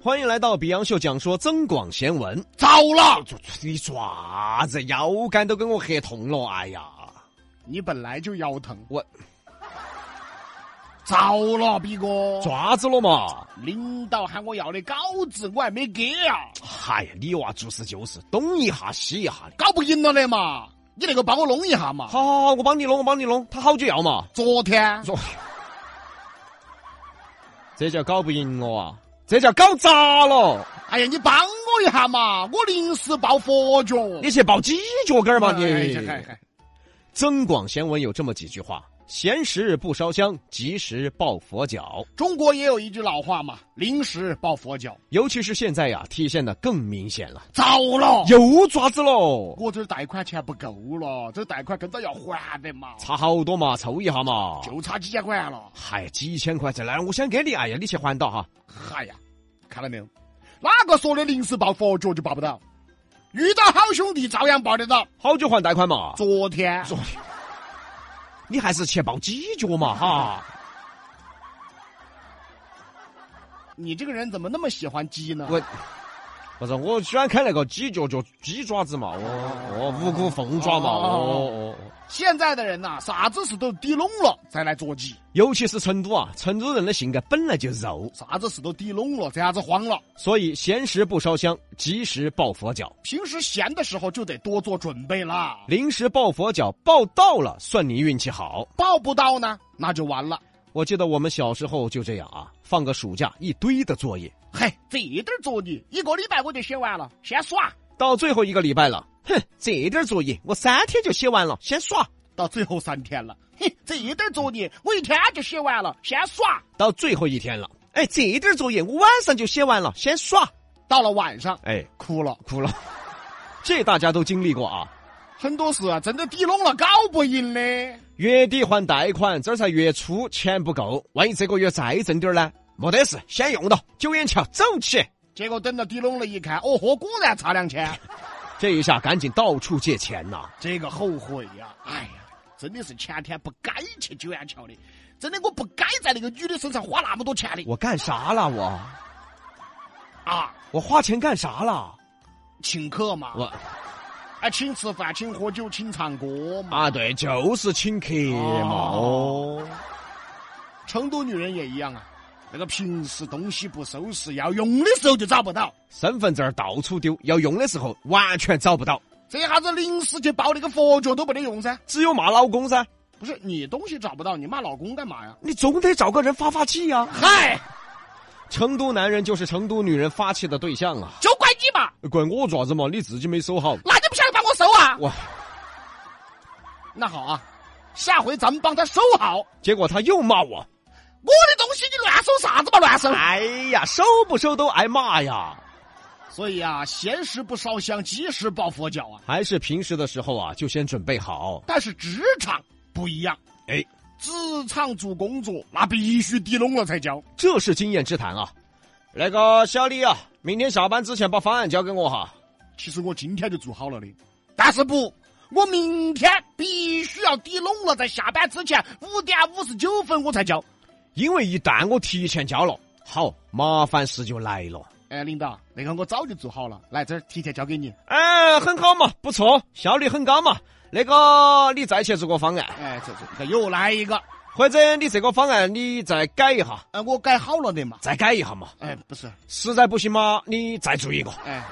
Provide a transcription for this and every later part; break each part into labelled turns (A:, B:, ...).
A: 欢迎来到《比洋秀》，讲说增广贤文。
B: 糟了，
A: 你爪子腰杆都跟我吓痛了，哎呀，
B: 你本来就腰疼，
A: 我
B: 糟了，逼哥，
A: 爪子了嘛！
B: 领导喊我要的稿子我还没给啊，
A: 哎呀，你娃做事就是东一下西一下的。
B: 搞不赢了的嘛，你那个帮我弄一下嘛。
A: 好好好，我帮你弄，我帮你弄，他好就要嘛。
B: 昨天
A: 说， 这叫搞不赢我啊！这叫搞砸了！
B: 哎呀，你帮我一下嘛，我临时抱佛脚。
A: 你去抱鸡脚杆儿 嘛你！
B: 哎哎哎
A: 增广贤文有这么几句话：闲时不烧香，及时抱佛脚。
B: 中国也有一句老话嘛，临时抱佛脚。
A: 尤其是现在呀、体现的更明显了。
B: 糟了，
A: 又爪子喽！
B: 我这儿贷款钱不够了，这贷款跟到要还的嘛，
A: 差好多嘛，凑一下嘛。
B: 就差几千块了。
A: 嗨，几千块在那，我先给你，哎呀，你去还到哈。
B: 哎呀，看到没有？哪个说的临时抱佛脚就抱不到？遇到好兄弟照样抱得到。
A: 好久还贷款嘛？
B: 昨天
A: 昨你还是去抱几脚嘛哈。
B: 你这个人怎么那么喜欢鸡呢？
A: 我不是我喜欢开那个鸡脚脚鸡爪子嘛，哦哦，五谷凤爪嘛，哦哦。哦
B: 现在的人呐、啥子事都抵拢了再来捉鸡，
A: 尤其是成都啊，成都人的性格本来就柔，
B: 啥子事都抵拢了，这下子慌了。
A: 所以闲时不烧香，及时抱佛脚。
B: 平时闲的时候就得多做准备啦，
A: 临时抱佛脚，抱到了算你运气好。
B: 抱不到呢，那就完了。
A: 我记得我们小时候就这样啊，放个暑假一堆的作业，
B: 嘿，这点儿作业一个礼拜我就写完了，先耍。
A: 到最后一个礼拜了，哼，这点作业我三天就写完了，先耍。
B: 到最后三天了，嘿，这点儿作业我一天就写完了，先耍。
A: 到最后一天了，哎，这点作业我晚上就写完了，先耍。
B: 到了晚上
A: 哎，
B: 哭了，
A: 哭了，这大家都经历过啊。
B: 很多事啊真的抵拢了，搞不赢的。
A: 月底还贷款，这儿才月初，钱不够，万一这个月再挣点儿呢？没得事，先用到，九眼桥走起。
B: 结果等到抵拢了，一看，哦豁，果然差两千。
A: 这一下赶紧到处借钱呐、
B: 这个后悔呀、哎呀，真的是前天不该去九眼桥的，真的我不该在那个女的身上花那么多钱的
A: 我干啥了？我
B: 啊！
A: 我花钱干啥了？
B: 请客嘛，
A: 我
B: 哎，请吃饭，请喝酒，请唱歌嘛。
A: 啊，对，就是请客
B: 哎
A: 嘛。哦，
B: 成都女人也一样啊，那个平时东西不收拾，要用的时候就找不到，
A: 身份证到处丢，要用的时候完全找不到，
B: 这下子临时去抱那个佛脚都没得用噻。
A: 只有骂老公噻。
B: 不是你东西找不到，你骂老公干嘛呀？
A: 你总得找个人发发气呀、
B: 嗨，
A: 成都男人就是成都女人发气的对象啊！
B: 就怪你嘛，
A: 怪我爪子嘛？你自己没收好。
B: 那你不晓得帮我收啊？
A: 哇，
B: 那好啊，下回咱们帮他收好。
A: 结果他又骂我。
B: 我的东西你乱收啥子嘛乱收！
A: 哎呀，收不收都挨骂呀！
B: 所以啊，闲时不烧香，及时抱佛脚啊。
A: 还是平时的时候啊，就先准备好。
B: 但是职场不一样，
A: 哎，
B: 职场做工作那必须抵拢了才交。
A: 这是经验之谈啊。那个小李啊，明天下班之前把方案交给我哈。
B: 其实我今天就做好了的，但是不，我明天必须要抵拢了，在下班之前五点五十九分我才交。
A: 因为一旦我提前交了，好麻烦事就来了。
B: 哎，领导，那个我早就做好了，来这儿提前交给你。
A: 哎，很好嘛，不错，效率很高嘛。那个，你再去做个方案，
B: 哎，这这又来一个，
A: 或者你这个方案你再改一下，
B: 哎，我改好了的嘛。
A: 再改一下嘛。
B: 哎，不是，
A: 实在不行嘛，你再做一个。
B: 哎，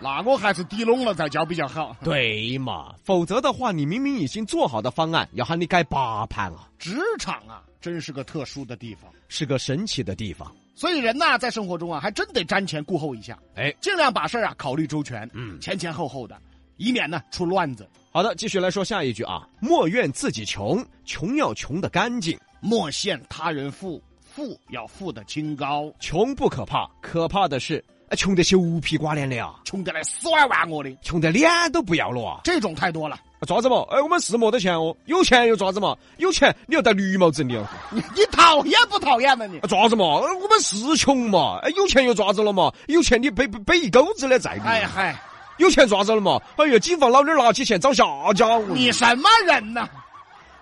B: 那我还是抵拢了再交比较好。
A: 对嘛，否则的话，你明明已经做好的方案，要喊你改八盘啊，
B: 职场啊，真是个特殊的地方。
A: 是个神奇的地方。
B: 所以人呐、在生活中啊，还真得瞻前顾后一下，
A: 哎，
B: 尽量把事儿啊考虑周全，
A: 嗯
B: 前前后后的，以免呢出乱子。
A: 好的，继续来说下一句啊，莫怨自己穷，穷要穷得干净，
B: 莫羡他人富，富要富得清高，
A: 穷不可怕，可怕的是，哎，穷得羞皮瓜脸的啊，
B: 穷得来死玩玩我的，
A: 穷得脸都不要了啊。
B: 这种太多了。
A: 爪子嘛？哎，我们是没得钱哦，有钱有爪子嘛？有钱你要戴绿帽子，你要啊
B: 你你讨厌不讨厌呢你？
A: 爪子嘛？哎我们是穷嘛？哎，有钱有爪子了嘛？有钱你背背背一钩子的债
B: 哎
A: 的，
B: 嗨，
A: 有钱爪子了嘛？哎呀，警方老娘拿起钱找下家哦。
B: 你什么人呢？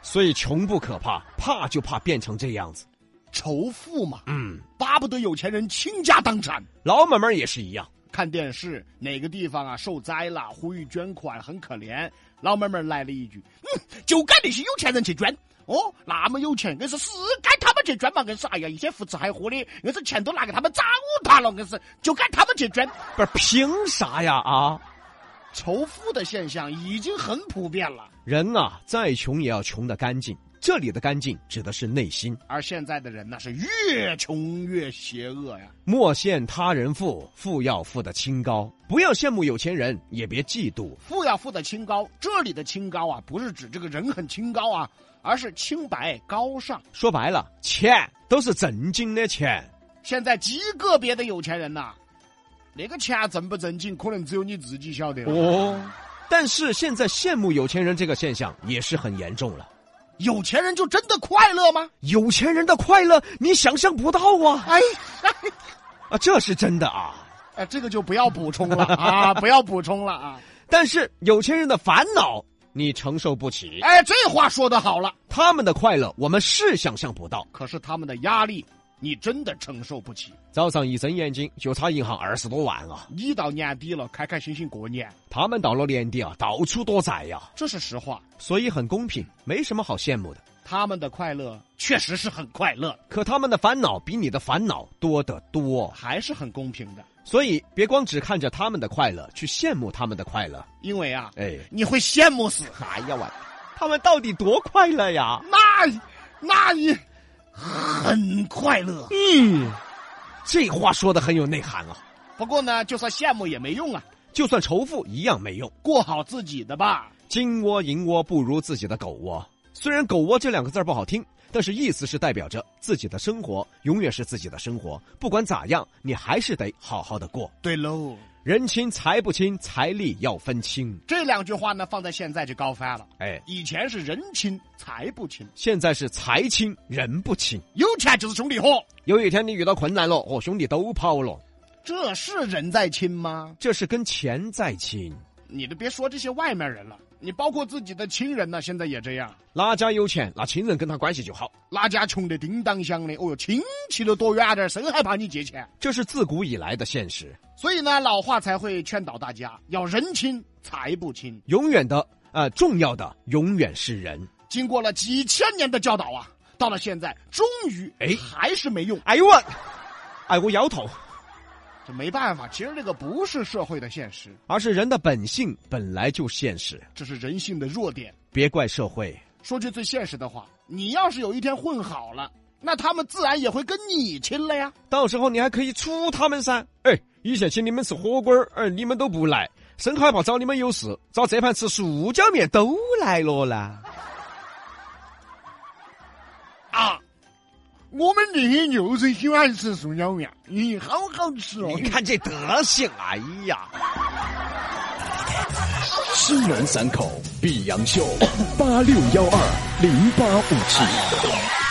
A: 所以穷不可怕，怕就怕变成这样子。
B: 仇富嘛，
A: 嗯，
B: 巴不得有钱人倾家荡产。
A: 老买卖也是一样。
B: 看电视，哪个地方啊受灾了，呼吁捐款，很可怜。老妹妹来了一句：“嗯，就该那些有钱人去捐。”哦，那么有钱，硬是是该他们去捐嘛，硬是哎呀，一些胡吃海喝的，硬是钱都拿给他们糟蹋了，硬是就该他们去捐。
A: 不是凭啥呀啊？
B: 仇富的现象已经很普遍了，
A: 人啊，再穷也要穷得干净。这里的干净指的是内心，
B: 而现在的人呢是越穷越邪恶呀。
A: 莫羡他人富，富要富得清高。不要羡慕有钱人，也别嫉妒。
B: 富要富的清高，这里的清高啊，不是指这个人很清高啊，而是清白高尚。
A: 说白了，钱都是正经的钱。
B: 现在极个别的有钱人呐、那个钱正不正经，可能只有你自己晓得了。
A: 哦，但是现在羡慕有钱人这个现象也是很严重了。
B: 有钱人就真的快乐吗？
A: 有钱人的快乐你想象不到啊
B: 哎，哎
A: 啊，这是真的啊。
B: 哎，这个就不要补充了 啊，不要补充了啊。
A: 但是有钱人的烦恼你承受不起，
B: 哎，这话说的好了，
A: 他们的快乐我们是想象不到。
B: 可是他们的压力，你真的承受不起。
A: 早上一睁眼睛就差银行二十多万啊，
B: 你到年底了，开开心心过年，
A: 他们到了年底啊，到处躲债呀、
B: 这是实话。
A: 所以很公平，没什么好羡慕的。
B: 他们的快乐确实是很快乐，
A: 可他们的烦恼比你的烦恼多得多，
B: 还是很公平的，
A: 所以别光只看着他们的快乐，去羡慕他们的快乐。
B: 因为啊，
A: 哎，
B: 你会羡慕死。
A: 哎呀我，他们到底多快乐呀？
B: 那那你很快乐。
A: 嗯，这话说的很有内涵啊。
B: 不过呢，就算羡慕也没用啊，
A: 就算仇富一样没用，
B: 过好自己的吧。
A: 金窝银窝不如自己的狗窝。虽然“狗窝”这两个字儿不好听，但是意思是代表着自己的生活永远是自己的生活，不管咋样，你还是得好好的过。
B: 对喽，
A: 人亲财不亲，财力要分清。
B: 这两句话呢，放在现在就高翻了。
A: 哎，
B: 以前是人亲财不亲，
A: 现在是财亲人不亲。
B: 有钱就是兄弟伙，
A: 有一天你遇到困难了，哦，兄弟都跑了，
B: 这是人在亲吗？
A: 这是跟钱在亲。
B: 你都别说这些外面人了，你包括自己的亲人呢，现在也这样。
A: 哪家有钱，那亲人跟他关系就好，
B: 哪家穷的叮当响的，哦哟，亲戚都躲远点儿，生害怕你借钱。
A: 这是自古以来的现实。
B: 所以呢，老话才会劝导大家要人亲财不亲。
A: 永远的，呃，重要的永远是人。
B: 经过了几千年的教导啊，到了现在，终于
A: 哎
B: 还是没用，
A: 哎呦我，哎我摇头，
B: 这没办法。其实这个不是社会的现实，
A: 而是人的本性本来就现实，
B: 这是人性的弱点。
A: 别怪社会。
B: 说句最现实的话，你要是有一天混好了，那他们自然也会跟你亲了呀。
A: 到时候你还可以处他们噻。哎，以前请你们吃火锅儿，哎，你们都不来，生害怕找你们有事，找这盘吃塑胶面都来了啦。
B: 啊，我们这些牛最喜欢吃塑料面，咦，好好吃哦
A: 看这德行，哎呀！
C: 西南三口碧阳秀八六幺二零八五七。